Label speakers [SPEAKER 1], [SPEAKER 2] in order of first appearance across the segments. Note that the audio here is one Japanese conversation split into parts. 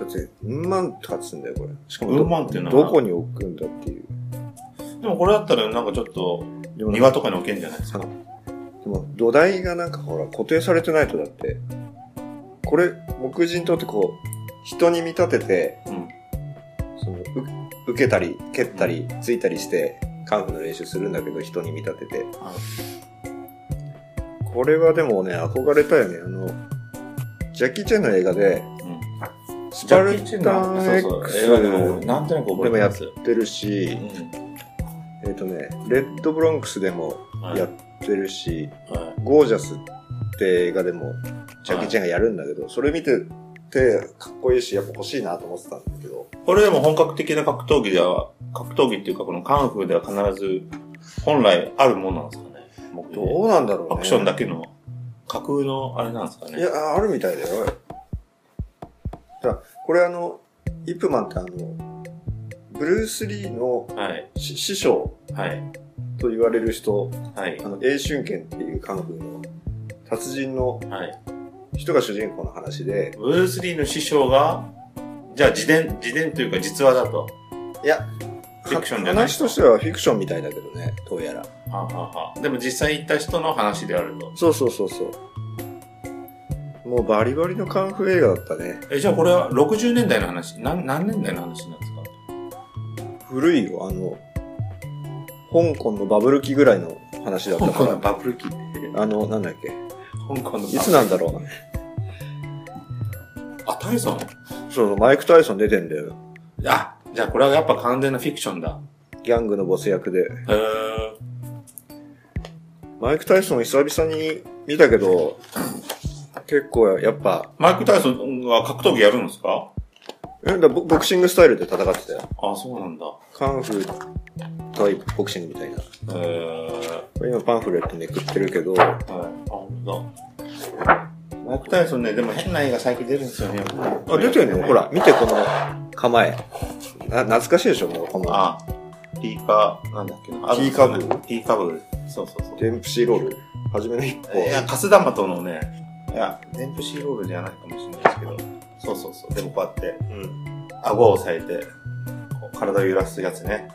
[SPEAKER 1] だって、うんまんとかっつうんだよ、これ。しかもど、
[SPEAKER 2] うんまんっていうのは
[SPEAKER 1] どこに置くんだっていう。
[SPEAKER 2] でもこれだったらなんかちょっと、
[SPEAKER 1] でもなんか
[SPEAKER 2] 庭とかに置けんじゃないですか
[SPEAKER 1] でも土台がなんかほら固定されてないとだって、これ、木人刀ってこう、人に見立てて、
[SPEAKER 2] うん
[SPEAKER 1] そのう受けたり、蹴ったり、ついたりして、カンフーの練習するんだけど、人に見立てて。
[SPEAKER 2] は
[SPEAKER 1] これはでもね、憧れたよね。あの、ジャッキー・チェンの映画で、
[SPEAKER 2] うん。
[SPEAKER 1] ス
[SPEAKER 2] ジ
[SPEAKER 1] パ
[SPEAKER 2] ャッ
[SPEAKER 1] ル
[SPEAKER 2] キーチェン
[SPEAKER 1] タ
[SPEAKER 2] の
[SPEAKER 1] ン X
[SPEAKER 2] そうそう、映画でも、なんとなく覚えてます。
[SPEAKER 1] やってるし、えっ、とね、レッド・ブロンクスでも
[SPEAKER 2] うん。はい
[SPEAKER 1] やってるし、
[SPEAKER 2] はい
[SPEAKER 1] ゴージャスって映画でも、ジャッキー・チェンがやるんだけど、それ見てて、かっこいいし、やっぱ欲しいなと思ってたんだけど、
[SPEAKER 2] これでも本格的な格闘技では、格闘技っていうかこのカンフーでは必ず本来あるものなんですかね。目的
[SPEAKER 1] どうなんだろうね。
[SPEAKER 2] アクションだけの架空のあれなんですかね。
[SPEAKER 1] いや、あるみたいだよ。だこれあの、イップマンってあの、ブルース・リーの
[SPEAKER 2] はい、
[SPEAKER 1] し師匠
[SPEAKER 2] はい、
[SPEAKER 1] と言われる人、
[SPEAKER 2] はい
[SPEAKER 1] あ、の、英春剣っていうカンフーの達人の
[SPEAKER 2] はい。
[SPEAKER 1] 人が主人公の話で、
[SPEAKER 2] ブルース・リーの師匠が、じゃあ自伝、自伝というか実話だと。
[SPEAKER 1] いや、
[SPEAKER 2] フィクションじゃない
[SPEAKER 1] 話としてはフィクションみたいだけどね、どうやら。
[SPEAKER 2] はあはあはあでも実際行った人の話であると。
[SPEAKER 1] そうそうそうそう。もうバリバリのカンフー映画だったね。
[SPEAKER 2] え、じゃあこれは60年代の話、なん何年代の話なんですか
[SPEAKER 1] 古いよ、あの、香港のバブル期ぐらいの話だった
[SPEAKER 2] 香
[SPEAKER 1] か
[SPEAKER 2] 港の
[SPEAKER 1] ら。
[SPEAKER 2] バブル期って。
[SPEAKER 1] あの、なんだっけ。
[SPEAKER 2] 香港のバブル期
[SPEAKER 1] いつなんだろうな。
[SPEAKER 2] あ、タイソン
[SPEAKER 1] そうそう、マイク・タイソン出てんだよ。
[SPEAKER 2] あ、じゃあこれはやっぱ完全なフィクションだ。
[SPEAKER 1] ギャングのボス役で。
[SPEAKER 2] へー。
[SPEAKER 1] マイク・タイソン久々に見たけど、結構やっぱ、
[SPEAKER 2] マイク・タイソンは格闘技やるんですか
[SPEAKER 1] えだボボクシングスタイルで戦ってたよ。
[SPEAKER 2] あ、そうなんだ。
[SPEAKER 1] カンフー対ボクシングみたいな。
[SPEAKER 2] えー、
[SPEAKER 1] これ今パンフレットめくってるけど、
[SPEAKER 2] はい。あ、ほんとだ。マイク・タイソンね、でも変な映画最近出るんですよね。あ
[SPEAKER 1] あ、出てるね。ほ。ら、見てこの、構え。な懐かしいでしょ、もう、この。
[SPEAKER 2] あ、ピーカー、なんだっけな。
[SPEAKER 1] ピーカブ
[SPEAKER 2] ピーカブそうそうそう。
[SPEAKER 1] デンプシーロール。初めの一
[SPEAKER 2] いや、
[SPEAKER 1] 歩。
[SPEAKER 2] カス玉とのね、いや、デンプシーロールじゃないかもしれないですけど、そうそうそう。でもこうやって、
[SPEAKER 1] うん。
[SPEAKER 2] 顎を押さえて、こう体を揺らすやつね。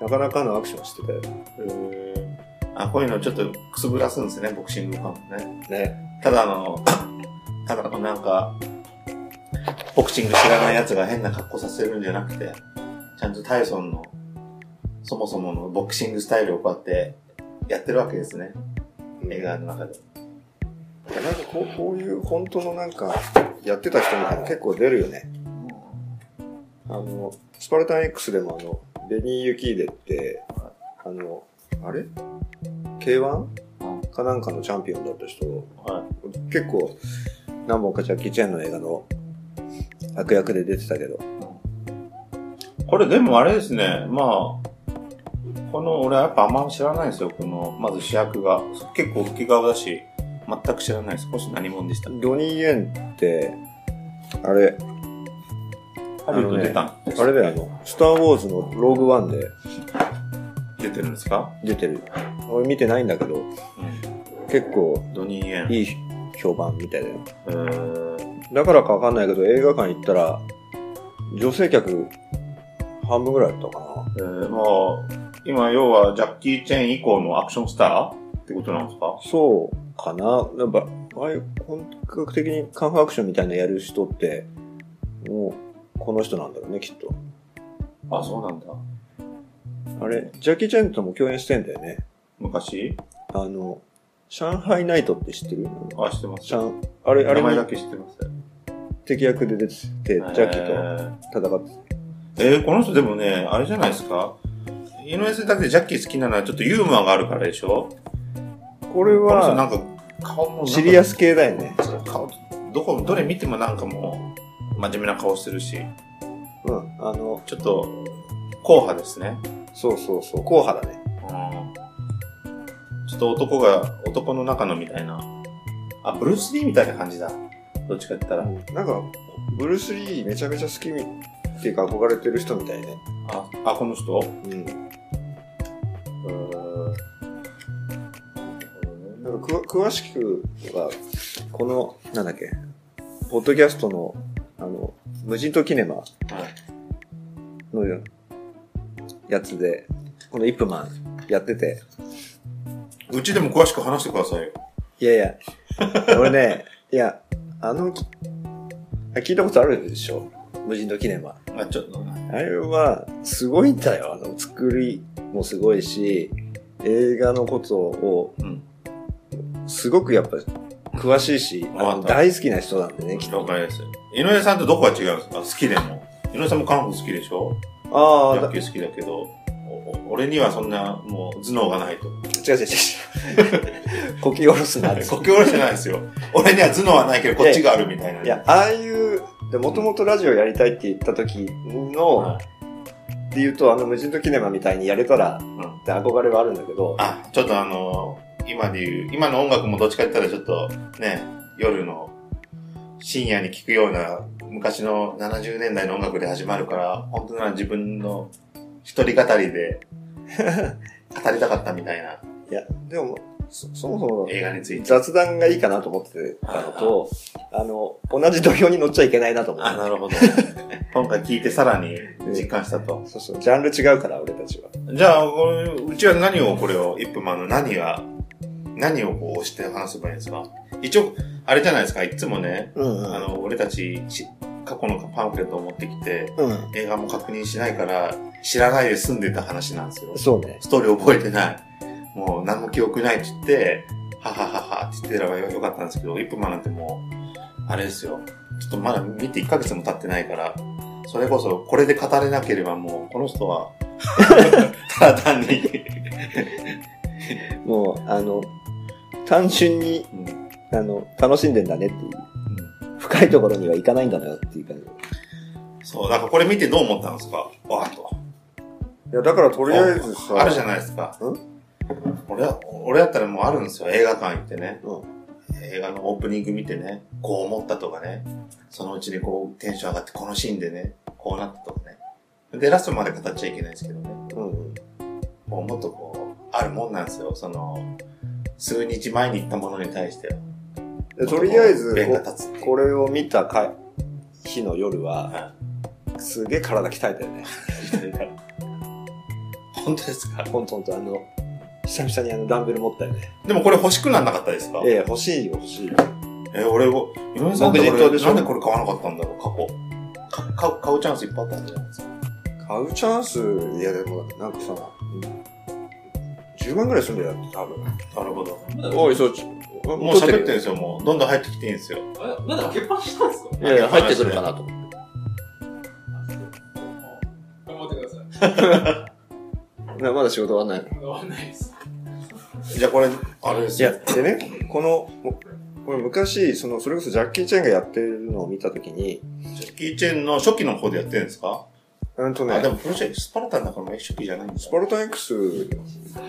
[SPEAKER 1] なかなかのアクションしてたよね。
[SPEAKER 2] あ、こういうのちょっとくすぶらすんですね、ボクシングファンもね。
[SPEAKER 1] ね。
[SPEAKER 2] ただあの、 ただなんか、ボクシング知らない奴が変な格好させるんじゃなくて、ちゃんとタイソンの、そもそものボクシングスタイルをこうやってやってるわけですね、映画の中で。
[SPEAKER 1] なんかこうこういう本当のなんか、やってた人みたいなの結構出るよね。あの、スパルタン X でもあの、ベニー・ユキーデって、あの、あれ ?K1? かなんかのチャンピオンだった人、
[SPEAKER 2] は
[SPEAKER 1] 結構何本かジャッキー・チェンの映画の悪役で出てたけど、
[SPEAKER 2] い。これでもあれですね、まあ、この、俺はやっぱあんま知らないんですよ、この、まず主役が。結構吹き顔だし、全く知らないです。少し何者でした。
[SPEAKER 1] ドニー・イエンって、あれ、
[SPEAKER 2] ハリウッド出たんです
[SPEAKER 1] あれだよ、あの、スター・ウォーズのローグワンで
[SPEAKER 2] 出てるんですか
[SPEAKER 1] 出てる。俺見てないんだけど、結構
[SPEAKER 2] ドニー・イエン。
[SPEAKER 1] いい評判みたいだよ。
[SPEAKER 2] えー
[SPEAKER 1] だからかわかんないけど、映画館行ったら、女性客、半分ぐらいだったか
[SPEAKER 2] えーまあ、今、要は、ジャッキー・チェーン以降のアクションスターってことなんですか
[SPEAKER 1] な。そうかな。やっぱ、ああいう本格的にカンファアクションみたいなのやる人って、もう、この人なんだろうね、きっと。
[SPEAKER 2] あ、そうなんだ。
[SPEAKER 1] あれ、ジャッキー・チェンとも共演してんだよね。
[SPEAKER 2] 昔
[SPEAKER 1] あの、上海ナイトって知ってる
[SPEAKER 2] あ、知ってます
[SPEAKER 1] シャン、あれ、あれ
[SPEAKER 2] 名前だ
[SPEAKER 1] に
[SPEAKER 2] け知ってます。
[SPEAKER 1] 敵役で出てて、ジャッキーと戦って
[SPEAKER 2] えーえーこの人でもね、あれじゃないですか井上さんだけでジャッキー好きなのはちょっとユーモアがあるからでしょ
[SPEAKER 1] これ
[SPEAKER 2] この人な
[SPEAKER 1] は、
[SPEAKER 2] んか、顔もなんか
[SPEAKER 1] シリアス系だよね。
[SPEAKER 2] 顔、どこ、どれ見てもなんかもう、真面目な顔してるし、
[SPEAKER 1] うん。あの、
[SPEAKER 2] ちょっと、硬派ですね。
[SPEAKER 1] そうそうそう、硬派だね。
[SPEAKER 2] うんちょっと男が、男の中のみたいな。あ、ブルース・リーみたいな感じだ。どっちかって言った
[SPEAKER 1] な
[SPEAKER 2] ら。
[SPEAKER 1] んか、ブルース・リーめちゃめちゃ好きみっていうか憧れてる人みたいね。
[SPEAKER 2] あ、あこの人
[SPEAKER 1] うん。
[SPEAKER 2] う
[SPEAKER 1] なんかくわ詳しくは、この、なんだっけ、ポッドキャストの、あの、無人島キネマのよやつで、このイップマンやってて、
[SPEAKER 2] うちでも詳しく話してくださいよ。
[SPEAKER 1] いやいや、俺ね、いや、あの、あ聞いたことあるでしょ無人島キネマ。
[SPEAKER 2] あ、ちょっと、
[SPEAKER 1] あれは、すごいんだよ。あの、作りもすごいし、映画のことを、
[SPEAKER 2] うん。
[SPEAKER 1] すごくやっぱ、詳しいし、あ
[SPEAKER 2] わか
[SPEAKER 1] の
[SPEAKER 2] った
[SPEAKER 1] 大好きな人なんでね、きっ
[SPEAKER 2] 了
[SPEAKER 1] と。
[SPEAKER 2] 解です。井上さんとどこが違うんですか好きでも。井上さんも韓国好きでしょ
[SPEAKER 1] ああ、だ
[SPEAKER 2] 野球好きだけど、おお俺にはそんな、もう、頭脳がないと。
[SPEAKER 1] 違う違う違う。 こき下ろす なって。
[SPEAKER 2] 国境じゃないですよ。俺には頭脳はないけど、こっちがあるみたいな。
[SPEAKER 1] いや、ああいう、で、もともとラジオやりたいって言った時の、
[SPEAKER 2] はい、
[SPEAKER 1] って言うと、あの、無人島キネマみたいにやれたら、
[SPEAKER 2] うん。
[SPEAKER 1] って憧れはあるんだけど、
[SPEAKER 2] あ、ちょっとあの今で言う、今の音楽もどっちかって言ったらちょっとね、夜の深夜に聴くような昔の70年代の音楽で始まるから、本当なら自分の一人語りで 語りたかったみたいない
[SPEAKER 1] や、でも、そそもそも、
[SPEAKER 2] 映画について。
[SPEAKER 1] 雑談がいいかなと思ってたのと、あの、同じ土俵に乗っちゃいけないなと思
[SPEAKER 2] あ、
[SPEAKER 1] って。
[SPEAKER 2] なるほど。今回聞いてさらに実感したと。
[SPEAKER 1] そうそう、ジャンル違うから、俺たちは。
[SPEAKER 2] じゃあ、これうちは何をこれを、イップマンの何が、何をこう押して話せばいいんですか一応、あれじゃないですか、いつもね、
[SPEAKER 1] うん
[SPEAKER 2] あの、俺たちし、過去のパンフレットを持ってきて、
[SPEAKER 1] うん。
[SPEAKER 2] 映画も確認しないから、知らないで済んでた話なんですよ。
[SPEAKER 1] そうね。
[SPEAKER 2] ストーリー覚えてない。もう何も記憶ないって言って、ははははって言ってればよかったんですけど、1分前なんてもう、あれですよ。ちょっとまだ見て1ヶ月も経ってないから、それこそこれで語れなければもう、この 人は、ただ単に、
[SPEAKER 1] もう、あの、単純に、
[SPEAKER 2] うんうん
[SPEAKER 1] あの、楽しんでんだねっていう。深いところには行かないんだなっていう感じ。
[SPEAKER 2] そう、だからこれ見てどう思ったんですかわーっと。
[SPEAKER 1] いや、だからと
[SPEAKER 2] と
[SPEAKER 1] りあえずさ、
[SPEAKER 2] あるじゃないですか。
[SPEAKER 1] ん
[SPEAKER 2] 俺は、俺だったらもうあるんですよ。映画館行ってね。
[SPEAKER 1] うん。
[SPEAKER 2] 映画のオープニング見てね。こう思ったとかね。そのうちにこうテンション上がって、このシーンでね。こうなったとかね。で、ラストまで語っちゃいけないですけどね。
[SPEAKER 1] うんうん。
[SPEAKER 2] もうもっとこう、あるもんなんですよ。その、数日前に行ったものに対しては。
[SPEAKER 1] でとりあえず、
[SPEAKER 2] 弁が立つっていう
[SPEAKER 1] ここれを見た回日の夜は、
[SPEAKER 2] は
[SPEAKER 1] すげえ体鍛えたよね。
[SPEAKER 2] い。本当ですか
[SPEAKER 1] ほんとほんと、あの、久々にあのダンベル持ったよね。
[SPEAKER 2] でもこれ欲しくなんなかったですか
[SPEAKER 1] いやいや、欲しいよ、欲しいよ。
[SPEAKER 2] え俺を、井上さんって
[SPEAKER 1] 僕実
[SPEAKER 2] こ
[SPEAKER 1] 況
[SPEAKER 2] れ
[SPEAKER 1] でしょ
[SPEAKER 2] なんでこれ買わなかったんだろう、過去。か買う、買うチャンスいっぱいあったんじゃないですか。
[SPEAKER 1] 買うチャンス、いやでも、なんかさ、10万ぐらいするんだよ、多分。
[SPEAKER 2] なるほど。
[SPEAKER 3] まだ、
[SPEAKER 1] おい、そう、
[SPEAKER 2] も
[SPEAKER 1] も
[SPEAKER 2] う喋ってるんですよ、もう。どんどん入ってきていいんですよ。
[SPEAKER 3] まだまだ開けっぱなしなんですか
[SPEAKER 1] いやいや、入ってくるかなと思
[SPEAKER 3] 頑張ってください。
[SPEAKER 1] って。なまだ仕事終わんないの。
[SPEAKER 3] 終わんないです。
[SPEAKER 2] じゃあこれ、あれで
[SPEAKER 1] い
[SPEAKER 2] す
[SPEAKER 1] や、
[SPEAKER 2] よ。
[SPEAKER 1] でね、この、もこれ昔、その、それこそジャッキー・チェンがやってるのを見たときに、
[SPEAKER 2] ジャッキーチェンの初期の方でやってるんですか、
[SPEAKER 1] うんと
[SPEAKER 2] あ、
[SPEAKER 1] ね、
[SPEAKER 2] でもプロジェクト、スパルタの中の初期じゃないんです
[SPEAKER 1] ス
[SPEAKER 2] か
[SPEAKER 1] パルタ X、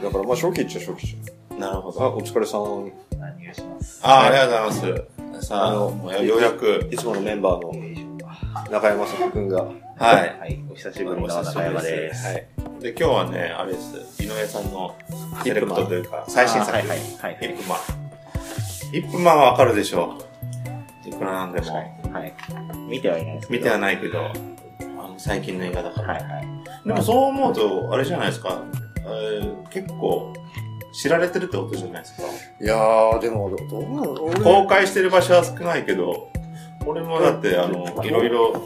[SPEAKER 1] だからまあ初期っちゃ初期っち
[SPEAKER 2] なるほ
[SPEAKER 1] ゃ。あ、
[SPEAKER 2] ど。
[SPEAKER 1] お疲れさん。
[SPEAKER 3] 何がします
[SPEAKER 2] あ、ありがとうございます。さあ、
[SPEAKER 1] あの
[SPEAKER 2] もうようやく、
[SPEAKER 1] いつものメンバーの中山さんくんが。は
[SPEAKER 2] はい。
[SPEAKER 4] はい、お久しぶりの中山です。
[SPEAKER 1] い。
[SPEAKER 2] で、今日はね、あれです。井上さんのセレクトというか、最新作。
[SPEAKER 4] はいはいはい
[SPEAKER 2] イップマン。イップマンはわかるでしょう。いくらなんで
[SPEAKER 4] は
[SPEAKER 2] も。
[SPEAKER 4] い。はい。見てはいないですけ
[SPEAKER 2] 見
[SPEAKER 4] ど。
[SPEAKER 2] ては
[SPEAKER 4] な
[SPEAKER 2] ないけど、あの最近の映画だから。
[SPEAKER 4] はいはい。
[SPEAKER 2] でもそう思うと、あれじゃないですか。えー結構、知られてるってことじゃないですか。
[SPEAKER 1] いやー、でも、どうなの俺
[SPEAKER 2] 公開してる場所は少ないけど、俺もだって、あの、いろいろ、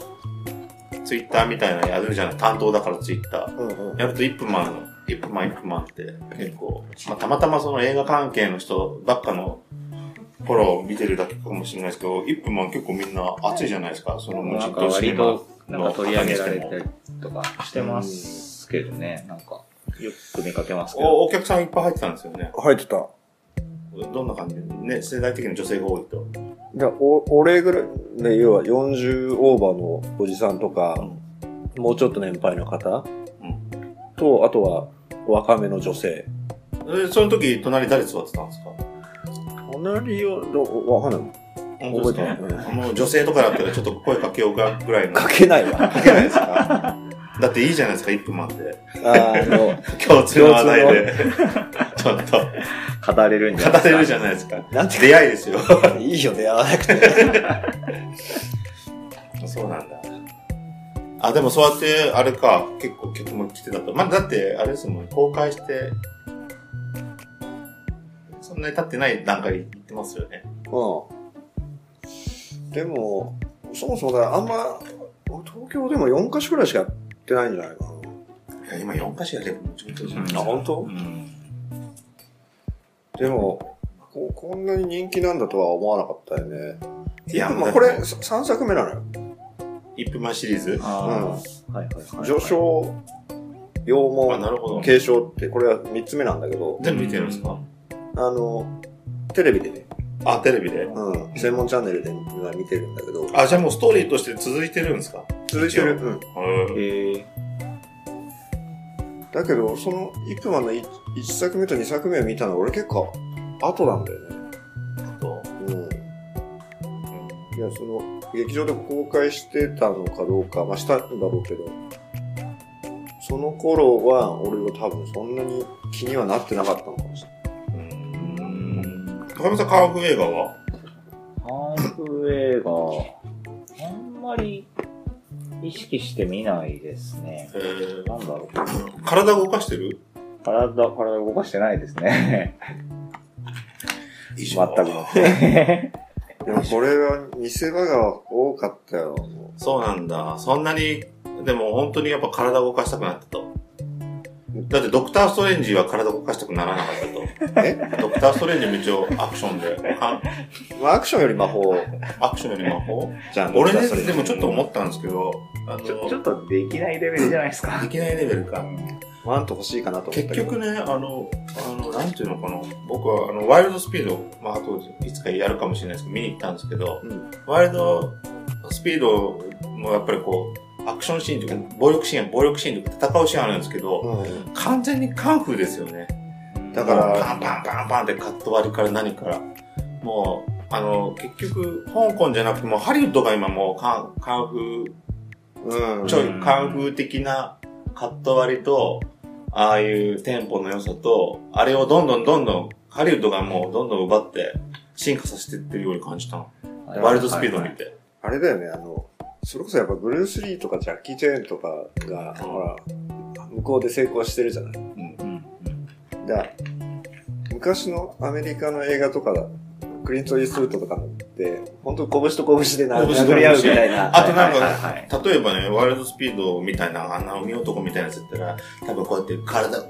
[SPEAKER 2] ツイッターみたいなのやるじゃない。担当だからツイッター。
[SPEAKER 1] うんうん。
[SPEAKER 2] やると、イップマンの、イップマン、イップマンって、結構、まあ、たまたまその映画関係の人ばっかの、フォローを見てるだけかもしれないですけど、イップマン結構みんな熱いじゃないですか、そのもう
[SPEAKER 4] な
[SPEAKER 2] 実
[SPEAKER 4] んか
[SPEAKER 2] 況シネ
[SPEAKER 4] 割
[SPEAKER 2] マ
[SPEAKER 4] と、なんか取り上げられたりとかしてますけどね、なんか、よく見かけますけど。
[SPEAKER 2] おお客さんいっぱい入ってたんですよね。
[SPEAKER 1] 入ってた。
[SPEAKER 2] どんな感じね、世代的に女性が多いと。
[SPEAKER 1] いや、お、俺ぐらい、ね、要は40オーバーのおじさんとか、もうちょっと年配の方、
[SPEAKER 2] うん
[SPEAKER 1] と、あとは若めの女性。
[SPEAKER 2] でその時、隣誰座ってたんですか
[SPEAKER 1] 隣を、どわかんない。
[SPEAKER 2] 本当です
[SPEAKER 1] 覚えてない
[SPEAKER 2] かあの女性とかだったらちょっと声かけようかぐら いの。
[SPEAKER 1] かけないわ。
[SPEAKER 2] かけないですかだっていいじゃないですか、イップマンって。
[SPEAKER 1] あの、
[SPEAKER 2] 共通の話題で。ちょっと。
[SPEAKER 4] 語れるんじゃな
[SPEAKER 2] 語
[SPEAKER 4] いですか。
[SPEAKER 2] れるじゃないですか。
[SPEAKER 1] なんて
[SPEAKER 2] 出会いですよ。
[SPEAKER 1] いいよね、やらなくて。
[SPEAKER 2] そうなんだ。あ、でもそうやって、あれか、結構客も来てたと。まあ、だって、あれですもん、公開して、そんなに経ってない段階で行ってますよね。
[SPEAKER 1] うん。でも、そもそもだからあんま、東京でも4カ所くらいしかやってないんじゃないか
[SPEAKER 2] いや、今4か所やればもうちょっとじゃないです
[SPEAKER 1] な。
[SPEAKER 2] か。
[SPEAKER 1] 本当
[SPEAKER 2] うん。
[SPEAKER 1] でもこ、こんなに人気なんだとは思わなかったよね。
[SPEAKER 2] いや、
[SPEAKER 1] で
[SPEAKER 2] も
[SPEAKER 1] も
[SPEAKER 2] う
[SPEAKER 1] これ、3作目なのよ。
[SPEAKER 2] イップマンシリーズ。
[SPEAKER 4] あーはいはいはいはい。
[SPEAKER 1] 序章、
[SPEAKER 2] あ、
[SPEAKER 1] 羊
[SPEAKER 2] なるほど
[SPEAKER 1] 毛、。継承って、これは3つ目なんだけど、
[SPEAKER 2] 全部見てるんですか
[SPEAKER 1] あの、テレビでね、
[SPEAKER 2] あ、テレビで。
[SPEAKER 1] うん、専門チャンネルで今見てるんだけど、
[SPEAKER 2] あ、じゃあもうストーリーとして続いてるんですか
[SPEAKER 1] 続いてる。うん。
[SPEAKER 2] うん。
[SPEAKER 4] へえ。
[SPEAKER 1] だけど、その、イップマンの 1, 作目と2作目を見たの俺結構、後なんだよね。
[SPEAKER 2] と
[SPEAKER 1] うん。いや、その、劇場で公開してたのかどうか、まあ、したんだろうけど、その頃は、俺は多分そんなに気にはなってなかったのかもしれない。
[SPEAKER 2] うん。高見さん、カーフ映画は
[SPEAKER 4] ハーフ映画、あんまり意識して見ないですね。
[SPEAKER 2] えー
[SPEAKER 4] なんだろう。
[SPEAKER 2] 体動かしてる
[SPEAKER 4] 体、体動かしてないですね。
[SPEAKER 2] 以
[SPEAKER 4] 全くもって。
[SPEAKER 1] でもこれは見せ場が多かったよ。
[SPEAKER 2] そうなんだ。そんなに、でも本当にやっぱ体動かしたくなったと。だってドクター・ストレンジは体動かしたくならなかった と。
[SPEAKER 1] え
[SPEAKER 2] ドクター・ストレンジも一応アクションで。あ
[SPEAKER 1] まあアクションより魔法
[SPEAKER 2] アクションより魔法
[SPEAKER 1] じゃん。
[SPEAKER 2] 俺
[SPEAKER 1] ど
[SPEAKER 2] ね、
[SPEAKER 1] ちらそれ
[SPEAKER 2] でもちょっと思ったんですけど、あの、
[SPEAKER 4] ちょちょっとできないレベルじゃないですか。
[SPEAKER 2] できないレベルか。
[SPEAKER 1] ワンと欲しいかなと思ったけ
[SPEAKER 2] 結
[SPEAKER 1] ど。
[SPEAKER 2] 局ね、あの、あの、なんていうのかな。僕は、あの、ワイルドスピード、まあ、あと、いつかやるかもしれないですけど、見に行ったんですけど、
[SPEAKER 1] うん
[SPEAKER 2] ワイルドスピードもやっぱりこう、アクションシーンというか、暴力シーン、暴力シーンというか、戦うシーンあるんですけど、
[SPEAKER 1] うん。
[SPEAKER 2] 完全にカンフーですよね。
[SPEAKER 1] だから
[SPEAKER 2] パンパンパンパンってカット割りから何から。もう、あの、結局、香港じゃなくても、ハリウッドが今もうカン、カンフー
[SPEAKER 1] うん。
[SPEAKER 2] ちょいカンフー的なカット割りと、ああいうテンポの良さと、あれをどんどんどんどん、ハリウッドがもうどんどん奪って、進化させてってるように感じたの。ワイルドスピードを見て。
[SPEAKER 1] あれだよね、あの、それこそやっぱブルース・リーとかジャッキー・チェーンとかが、ほら、向こうで成功してるじゃない。
[SPEAKER 4] うん
[SPEAKER 1] で、昔のアメリカの映画とかだ、クリント・イーストウッドとかって、本当拳と拳で殴
[SPEAKER 2] 拳と拳
[SPEAKER 1] 殴り合うみたいな。
[SPEAKER 2] あとなん
[SPEAKER 4] はいはいはい
[SPEAKER 2] か、例えばね、ワイルドスピードみたいな、あんな海男みたいなやつやったら、多分こうやって体、うわ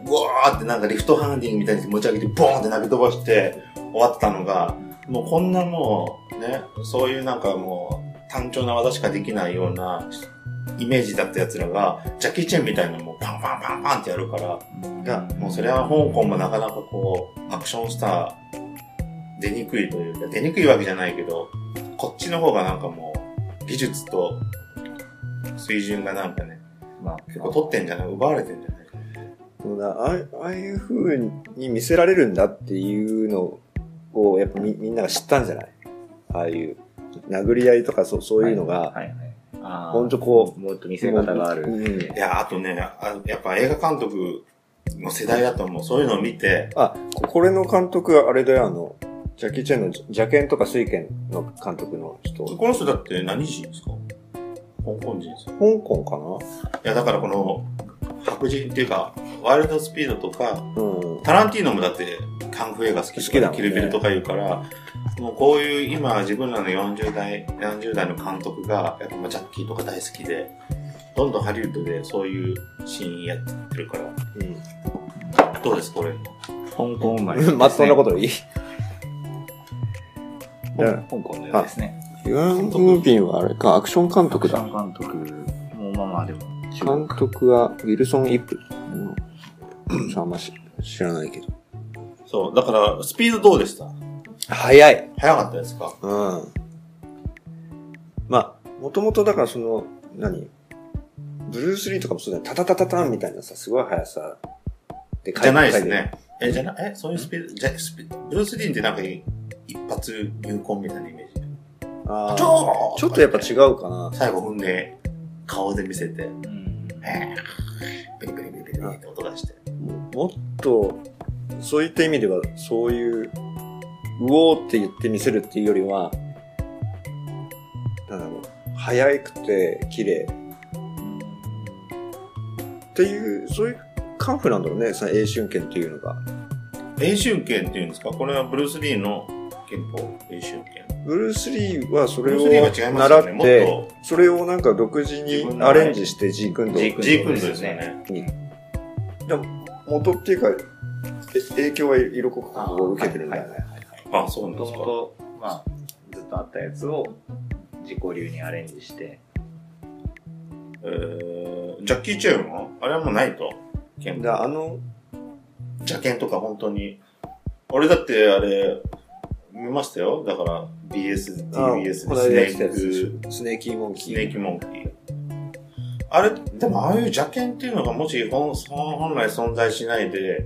[SPEAKER 2] ーってなんかリフトハンディングみたいに持ち上げて、ボーンって投げ飛ばして終わってたのが、もうこんなもう、ね、そういうなんかもう、単調な技しかできないようなイメージだったやつらが、ジャッキーチェンみたいなのもうパンパンパンパンってやるから、いや、もうそれは香港もなかなかこう、アクションスター出にくいというか、出にくいわけじゃないけど、こっちの方がなんかもう、技術と水準がなんかね、
[SPEAKER 4] まあ、
[SPEAKER 2] 結構取ってんじゃない奪われてんじゃないかな。
[SPEAKER 1] でもなああああいう風に見せられるんだっていうのをやっぱみみんなが知ったんじゃないああいう殴り合いとかそうそういうのが、
[SPEAKER 4] はいはいあー
[SPEAKER 1] ほんとこう
[SPEAKER 4] もっと見せ方がある。
[SPEAKER 1] うん
[SPEAKER 2] いや、あとね、あやっぱ映画監督の世代だと思う。そういうのを見て、
[SPEAKER 1] あここれの監督はあれだよあのジャッキー・チェンのジャジャケンとか水拳の監督の人香
[SPEAKER 2] この人だって何人ですか香港人ですか
[SPEAKER 1] 港
[SPEAKER 2] いや、だからこの、白人っていうか、ワイルドスピードと
[SPEAKER 1] か
[SPEAKER 2] か、
[SPEAKER 1] なうん
[SPEAKER 2] タランティーノもだってカンフー映画好きと
[SPEAKER 1] 好きだ
[SPEAKER 2] か、
[SPEAKER 1] もんね
[SPEAKER 2] キルビルとか言うから、もうこういう今自分らの40代、40代の監督が、やっぱまあジャッキーとか大好きで、どんどんハリウッドでそういうシーンやってるから、どうですこれ。
[SPEAKER 4] 香港生まれ、
[SPEAKER 1] うん まっとうなこといい
[SPEAKER 4] 香香港のようですね。
[SPEAKER 1] ユアン・ムービンはあれかアクション監督
[SPEAKER 4] シャ
[SPEAKER 1] だ
[SPEAKER 4] ン監督もまあまあでも、
[SPEAKER 1] 監督はウィルソン・イップ、うん、あんまし知らないけど
[SPEAKER 2] そう、だからスピードどうでした
[SPEAKER 1] 早い
[SPEAKER 2] 早かったですか
[SPEAKER 1] うん。まあ、もともとだからその、何ブルース・リーとかもそうだよね。タタタタタンみたいなさ、すごい速さで書て
[SPEAKER 2] じゃないですね。。え、じゃな、え、そういうスピード、じゃ、スピブルース・リーンってなんかい一発入魂みたいなイメージ。
[SPEAKER 1] あ
[SPEAKER 2] ち
[SPEAKER 1] ー
[SPEAKER 2] ょ
[SPEAKER 1] ちょっとやっぱ違うかな。
[SPEAKER 2] 最後踏んで、顔で見せて、
[SPEAKER 4] うん
[SPEAKER 2] ペリペリペリペリって音出して。
[SPEAKER 1] もっと、そういった意味では、そういう、うおーって言って見せるっていうよりは、なんだろう、速くて綺麗っていう、そういうカンフなんだろうね、さ、英春拳っていうのが。
[SPEAKER 2] 英春拳っていうんですかこれはブルース・リーの憲法、英春拳。
[SPEAKER 1] ブルース・リーはそ
[SPEAKER 2] ブ
[SPEAKER 1] れ
[SPEAKER 2] ルー
[SPEAKER 1] を
[SPEAKER 2] ス・リーは違います
[SPEAKER 1] 習
[SPEAKER 2] よ
[SPEAKER 1] っ
[SPEAKER 2] ね。
[SPEAKER 1] て、
[SPEAKER 2] もっ
[SPEAKER 1] それをなんか独自にアレンジしてジークンド
[SPEAKER 4] 自分
[SPEAKER 2] と、
[SPEAKER 4] の
[SPEAKER 2] ジー
[SPEAKER 4] ね
[SPEAKER 2] クンドですよね。
[SPEAKER 1] でも元っていうか、え影響は色濃くを受けてるんだよね。
[SPEAKER 2] あ、そうなん
[SPEAKER 4] もと
[SPEAKER 2] です
[SPEAKER 4] も
[SPEAKER 2] か。
[SPEAKER 4] と、まあ、ずっとあったやつを自己流にアレンジして、
[SPEAKER 2] えージャッキー・チェーンはあれはもうないと。剣
[SPEAKER 1] だあの、
[SPEAKER 2] 邪剣とか本当に。俺だってあれ、見ましたよ。だから、BS、
[SPEAKER 1] あ
[SPEAKER 2] TBS でス
[SPEAKER 1] この間やっ
[SPEAKER 2] ネ
[SPEAKER 1] てた
[SPEAKER 2] ー
[SPEAKER 1] やつ
[SPEAKER 2] ク、
[SPEAKER 1] スネーキーモンキ
[SPEAKER 2] スネー
[SPEAKER 1] ー。
[SPEAKER 2] キモンキー。あれ、でもああいう邪剣っていうのがもし本本本来存在しないで、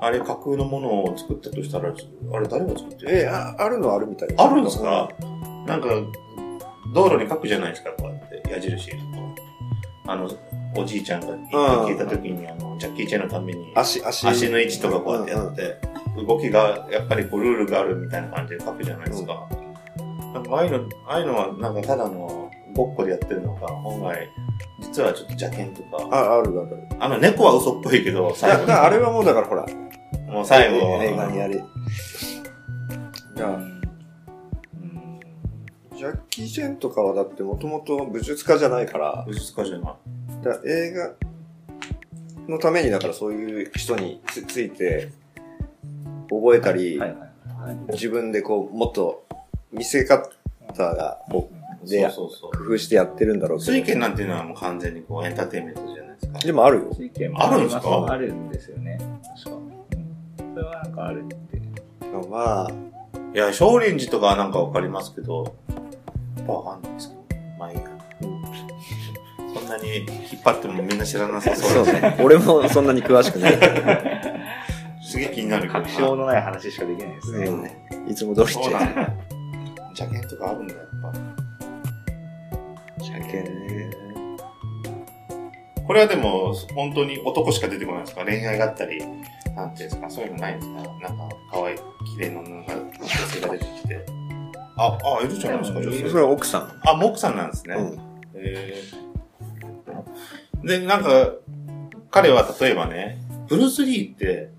[SPEAKER 2] あれ架空のものを作ったとしたら、あれ誰が作ってる
[SPEAKER 1] えあ、あるのはあるみたい
[SPEAKER 2] あるんですかなんか、道路に書くじゃないですか、こうやって、矢印。あの、おじいちゃんが聞いた時に、あの、ジャッキー・チェンのために、
[SPEAKER 1] 足、足。
[SPEAKER 2] 足の位置とかこうやってやって、動きが、やっぱりこう、ルールがあるみたいな感じで書くじゃないですか。なんか、ああいうの、ああいうのは、なんか、ただの、ごっこでやってるのか、本来、実はちょっと邪剣と
[SPEAKER 1] うん
[SPEAKER 2] か、
[SPEAKER 1] あ、あるあるある。
[SPEAKER 2] あの、猫は嘘っぽいけど、
[SPEAKER 1] だ
[SPEAKER 2] 最
[SPEAKER 1] だ
[SPEAKER 2] 後
[SPEAKER 1] か
[SPEAKER 2] に
[SPEAKER 1] らあれはもうだからほら、
[SPEAKER 2] もう最後、
[SPEAKER 1] 映画にやり。じゃ
[SPEAKER 4] うん
[SPEAKER 1] あ、ジャッキー・チェンとかはだってもともと武術家じゃないから、
[SPEAKER 2] 武術家じゃない。
[SPEAKER 1] だから映画のためにだからそういう人につついて覚えたり、
[SPEAKER 4] はいはいはい。
[SPEAKER 1] 自分でこうもっと見せ方がこうで
[SPEAKER 2] そうそうそう。
[SPEAKER 1] 工夫してやってるんだろうけど
[SPEAKER 2] 水拳なんていうのはもう完全にこうエンターテインメントじゃないですか。
[SPEAKER 1] でもあるよ
[SPEAKER 4] 水拳
[SPEAKER 2] あるんですか
[SPEAKER 4] あるんですよね。確か。うんそれはなんかあるって。
[SPEAKER 1] まあ
[SPEAKER 2] いや、少林寺とかはなんかわかりますけど、やっぱわかんないですけど、まあいいや。そんなに引っ張ってもみんな知らなさそうですね。
[SPEAKER 1] ね俺もそんなに詳しくない
[SPEAKER 2] すげえ気になるけどな。
[SPEAKER 4] 確証のない話しかできないですね。
[SPEAKER 1] うんいつも通り
[SPEAKER 2] そう
[SPEAKER 1] じゃ
[SPEAKER 2] なんだ。邪剣とかあるんだ、やっぱ。
[SPEAKER 1] んけんね
[SPEAKER 2] これはでも、本当に男しか出てこないんですか恋愛があったり、なんていうんですかそういうのないんですかなんか、可愛い、綺麗ななんか女性が出てきて。あ、あ、いるじゃないですか、女
[SPEAKER 1] それ
[SPEAKER 2] 性。
[SPEAKER 1] は奥さん。
[SPEAKER 2] あ、モックさんなんですね。
[SPEAKER 1] うん。
[SPEAKER 2] えーで、なんか、彼は例えばね、ブルース・リーって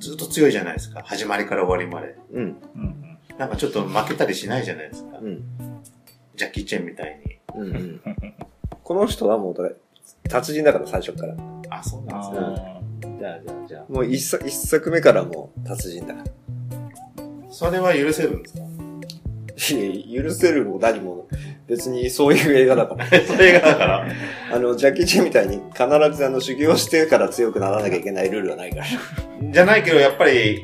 [SPEAKER 2] ずっと強いじゃないですか。始まりから終わりまで。
[SPEAKER 1] うん。
[SPEAKER 4] うん
[SPEAKER 2] なんかちょっと負けたりしないじゃないですか。
[SPEAKER 1] うん。
[SPEAKER 2] ジャッキー・チェンみたいに。
[SPEAKER 1] うんうん。この人はもうだ達人だから、最初から。
[SPEAKER 2] あ、そうなんですね。
[SPEAKER 4] あーじゃあじゃあじゃ
[SPEAKER 1] もう一作一作目からもう達人だから。
[SPEAKER 2] それは許せるんですか
[SPEAKER 1] いや許せるも何も、別にそういう映画だから。
[SPEAKER 2] それがだから、
[SPEAKER 1] あの、ジャッキー・チェンみたいに必ずあの、修行してから強くならなきゃいけないルールはないから。
[SPEAKER 2] じゃないけど、やっぱり、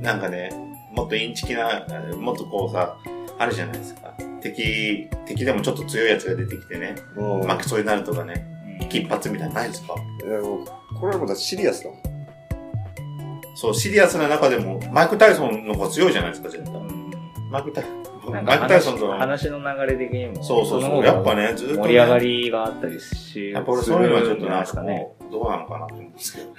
[SPEAKER 2] なんかね、もっとインチキな、もっとこうさ、あるじゃないですか。敵、敵でもちょっと強いやつが出てきてね、
[SPEAKER 1] もう、
[SPEAKER 2] 負けそうになるとかね、
[SPEAKER 4] あ
[SPEAKER 2] 金髪みたいなのないですか
[SPEAKER 1] いやもうこれはまだシリアスだもん。
[SPEAKER 2] そう、シリアスな中でも、マイク・タイソンの方が強いじゃないですか、絶対。マイク・タイ
[SPEAKER 4] なん
[SPEAKER 2] マ
[SPEAKER 4] か
[SPEAKER 2] イク・タイソンと
[SPEAKER 4] 話
[SPEAKER 2] の、
[SPEAKER 4] 話の流れ的にも。
[SPEAKER 2] そうそう
[SPEAKER 4] の
[SPEAKER 2] そ
[SPEAKER 4] 方
[SPEAKER 2] う、
[SPEAKER 4] が
[SPEAKER 2] やっぱね、ずっと、ね、
[SPEAKER 4] 盛り上がりがあったりし、
[SPEAKER 2] やっぱ俺そういうのはちょっと
[SPEAKER 4] するんじゃな
[SPEAKER 2] な
[SPEAKER 4] い
[SPEAKER 2] ん
[SPEAKER 4] ですか
[SPEAKER 2] か
[SPEAKER 4] ね。
[SPEAKER 2] こう、どうなのかなって思うんですけどね。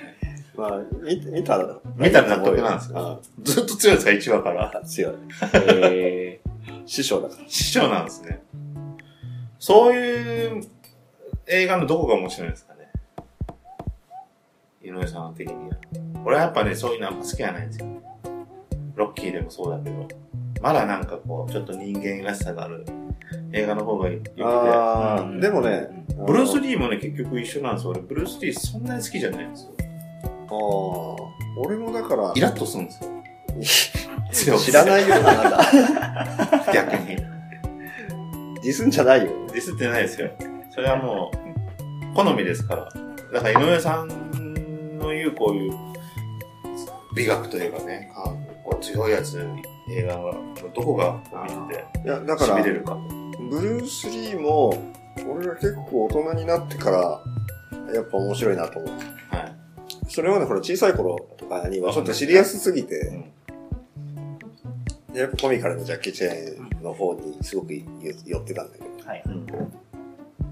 [SPEAKER 1] まあ、見見たら。
[SPEAKER 2] 見たら納得なんです
[SPEAKER 1] か
[SPEAKER 2] ずっと強いですか、1話から。
[SPEAKER 1] 強い。
[SPEAKER 4] え
[SPEAKER 1] 師匠だから。
[SPEAKER 2] 師匠なんですね。そういう映画のどこが面白いんですかね。井上さん的には。俺はやっぱね、そういうのあんま好きじゃないんですよね。ロッキーでもそうだけど、まだなんかこう、ちょっと人間らしさがある映画の方がよくて。
[SPEAKER 1] ああ、
[SPEAKER 4] うん
[SPEAKER 1] でもね、
[SPEAKER 2] ブルー
[SPEAKER 1] リ
[SPEAKER 2] ス・
[SPEAKER 1] ー
[SPEAKER 2] リーもね、結局一緒なんですよ。俺、ブルース・リーそんなに好きじゃないんですよ。
[SPEAKER 1] あー俺もだから
[SPEAKER 2] イ、ラッとするん ですよ。強くて
[SPEAKER 1] 知らないような、なんだ。
[SPEAKER 2] 逆に。
[SPEAKER 1] ディスんじゃないよ。
[SPEAKER 2] ディスってないですよ。それはもう、好みですから。だから井上さんの言うこういう、美学というかね、あこう強いやつ、映画は、どこが見て
[SPEAKER 1] いや、だ
[SPEAKER 2] て、
[SPEAKER 1] か
[SPEAKER 2] 痺
[SPEAKER 1] ら
[SPEAKER 2] れ、るか。
[SPEAKER 1] ブルース・リーも、俺が結構大人になってから、やっぱ面白いなと思う。
[SPEAKER 2] はい。
[SPEAKER 1] それまでほら小さい頃とかにはちょっとシリアスすぎ
[SPEAKER 2] う
[SPEAKER 1] て、
[SPEAKER 2] ん
[SPEAKER 1] やっぱコミカルのジャッキー・チェンの方にすごく寄寄ってたんだけど。
[SPEAKER 4] ーはい。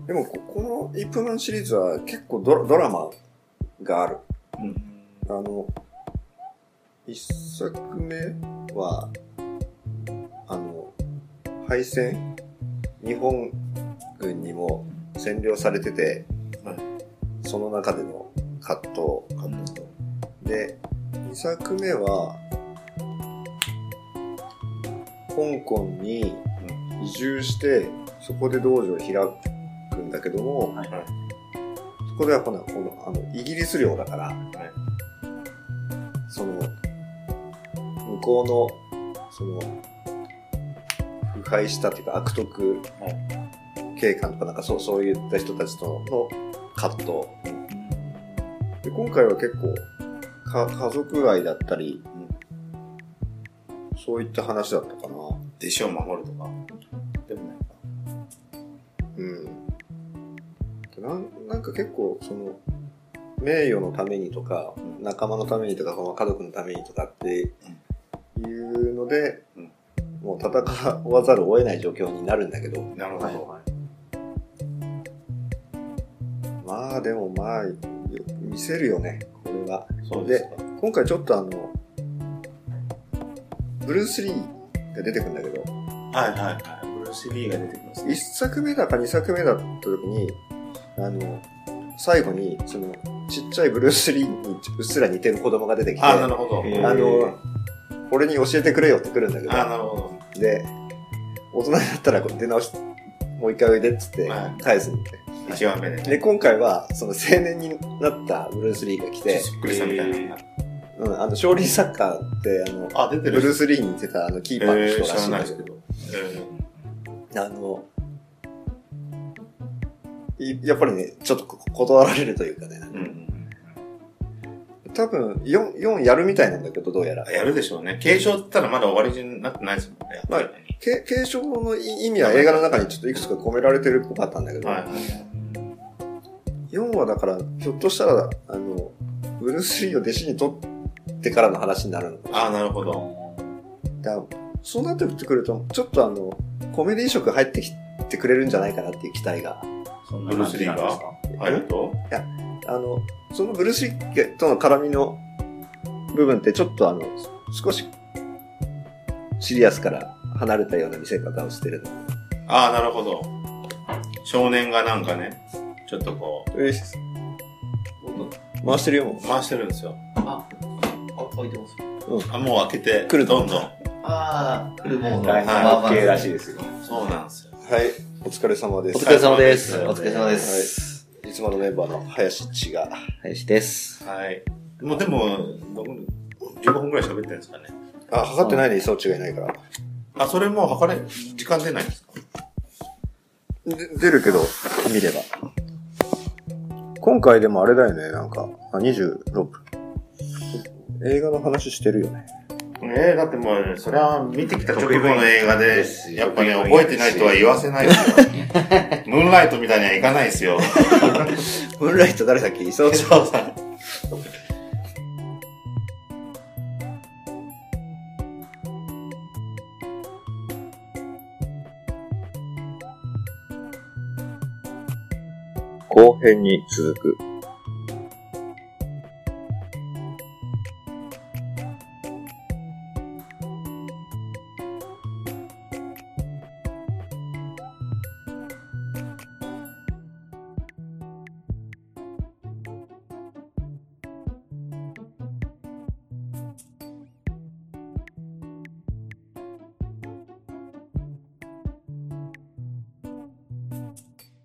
[SPEAKER 1] でもこ、このイップマンシリーズは結構ドラドラマがある。
[SPEAKER 2] うん
[SPEAKER 1] あの、一作目は、あの、敗戦日本軍にも占領されてて、
[SPEAKER 2] はい
[SPEAKER 1] その中での葛藤。で、二作目は、香港に移住して、そこで道場を開くんだけども、
[SPEAKER 4] はい
[SPEAKER 1] そこではこの、この、あの、イギリス領だから、その、向こうの、その、腐敗したというか悪徳
[SPEAKER 2] はい
[SPEAKER 1] 警官とかなんかそう、そういった人たちとの葛藤。で今回は結構か家族愛だったり、そういった話だったかな
[SPEAKER 2] 弟子を守るとか。でもないか。
[SPEAKER 1] うんでなんなんか結構その名誉のためにとか
[SPEAKER 2] うん
[SPEAKER 1] 仲間のためにとかこの家族のためにとかっていうので、
[SPEAKER 2] うん
[SPEAKER 1] もう戦わざるを得ない状況になるんだけど
[SPEAKER 2] なるほ
[SPEAKER 4] はい
[SPEAKER 2] ど。
[SPEAKER 1] まあでもまあよ見せるよねこれは
[SPEAKER 2] そうですか。
[SPEAKER 1] 今回ちょっとあのブルース・リーが出てくるんだけど
[SPEAKER 2] はいはいはい。ブルース・リーが出てきます
[SPEAKER 1] 一
[SPEAKER 2] ね。
[SPEAKER 1] 作目だか二作目だった時に、あの、最後に、その、ちっちゃいブルース・リーにうっすら似てる子供が出てきて、
[SPEAKER 2] あ、な
[SPEAKER 1] あ
[SPEAKER 2] るほど。
[SPEAKER 4] えー
[SPEAKER 1] の、俺に教えてくれよって来るんだけ
[SPEAKER 2] あ、なるほ
[SPEAKER 1] ど、で、大人になったらこう出直し、もう一回おいでっつって
[SPEAKER 2] は、
[SPEAKER 1] 返すんで。
[SPEAKER 2] ど。一話目でね。
[SPEAKER 1] で、今回は、その青年になったブルース・リーが来て、
[SPEAKER 2] そっくりさんみたいな。
[SPEAKER 1] うん、あの、少林サッカーって、あの、
[SPEAKER 2] あ、出て
[SPEAKER 1] ブ
[SPEAKER 2] る。
[SPEAKER 1] ルース・リーに似てたあの、キーパーの人
[SPEAKER 2] えー、
[SPEAKER 1] ら
[SPEAKER 2] 知
[SPEAKER 1] しい
[SPEAKER 2] ら
[SPEAKER 1] ん
[SPEAKER 2] ない
[SPEAKER 1] だ
[SPEAKER 2] で
[SPEAKER 1] け
[SPEAKER 2] す
[SPEAKER 1] ど
[SPEAKER 2] け、ど。え
[SPEAKER 1] あの、いやっぱりね、ちょっと断られるというかね、
[SPEAKER 2] ーうん。
[SPEAKER 1] 多分4、4やるみたいなんだけど、どうやら。
[SPEAKER 2] やるでしょうね。継承って言ったらまだ終わりになってないですもんね。
[SPEAKER 1] はいけ継承の意味は映画の中にちょっといくつか込められてるっぽかったんだけど、
[SPEAKER 2] はいはい
[SPEAKER 1] 4はだから、ひょっとしたら、あの、ブルース・リーを弟子に取ってからの話になるのか
[SPEAKER 2] ああ、なるほど。
[SPEAKER 1] だからそうなってくると、ちょっとあの、コメディ色入ってきてくれるんじゃないかなっていう期待が。
[SPEAKER 4] そんな感じなんですか
[SPEAKER 2] ありがとう。
[SPEAKER 1] あの、そのブルース・リッケとの絡みの部分ってちょっとあの、少しシリアスから離れたような見せ方をしてるの。
[SPEAKER 2] ああ、なるほど。少年がなんかね、ちょっとこ
[SPEAKER 1] 嬉しいです。回してるよ、も
[SPEAKER 2] う、回してるんですよ。
[SPEAKER 5] あ、置いてます。
[SPEAKER 2] あ、もう開けて、
[SPEAKER 1] 来ると
[SPEAKER 2] ど
[SPEAKER 1] 思
[SPEAKER 2] ん
[SPEAKER 1] う
[SPEAKER 2] どん。
[SPEAKER 5] ああ、来るもん
[SPEAKER 4] 大変な系らしいですよ。
[SPEAKER 2] そうなんですよ。
[SPEAKER 1] う。はい、お疲れ様で
[SPEAKER 5] お
[SPEAKER 1] す。
[SPEAKER 5] 疲れ様です。お疲れ様です。
[SPEAKER 1] はい。いつものメンバーの林千が。
[SPEAKER 5] 林です。
[SPEAKER 2] はい。もうでも、どこ15分くらい喋ってるんですかね。
[SPEAKER 1] あ、測ってないね、装置がいないから。
[SPEAKER 2] あ、それもう測れ、時間出ないんですか
[SPEAKER 1] で出るけど、見れば。今回でもあれだよね、なんか、あ26分。映画の話してるよ ね。
[SPEAKER 2] ええだってもう、それは見てきた直後の映画で
[SPEAKER 5] 得意分野
[SPEAKER 2] やっぱね、覚えてないとは言わせないですよ。 ムーンライトみたいにはいかないです よ。
[SPEAKER 1] ムーンライト誰だっけ 磯
[SPEAKER 2] そうそうそう
[SPEAKER 1] 後編に続く。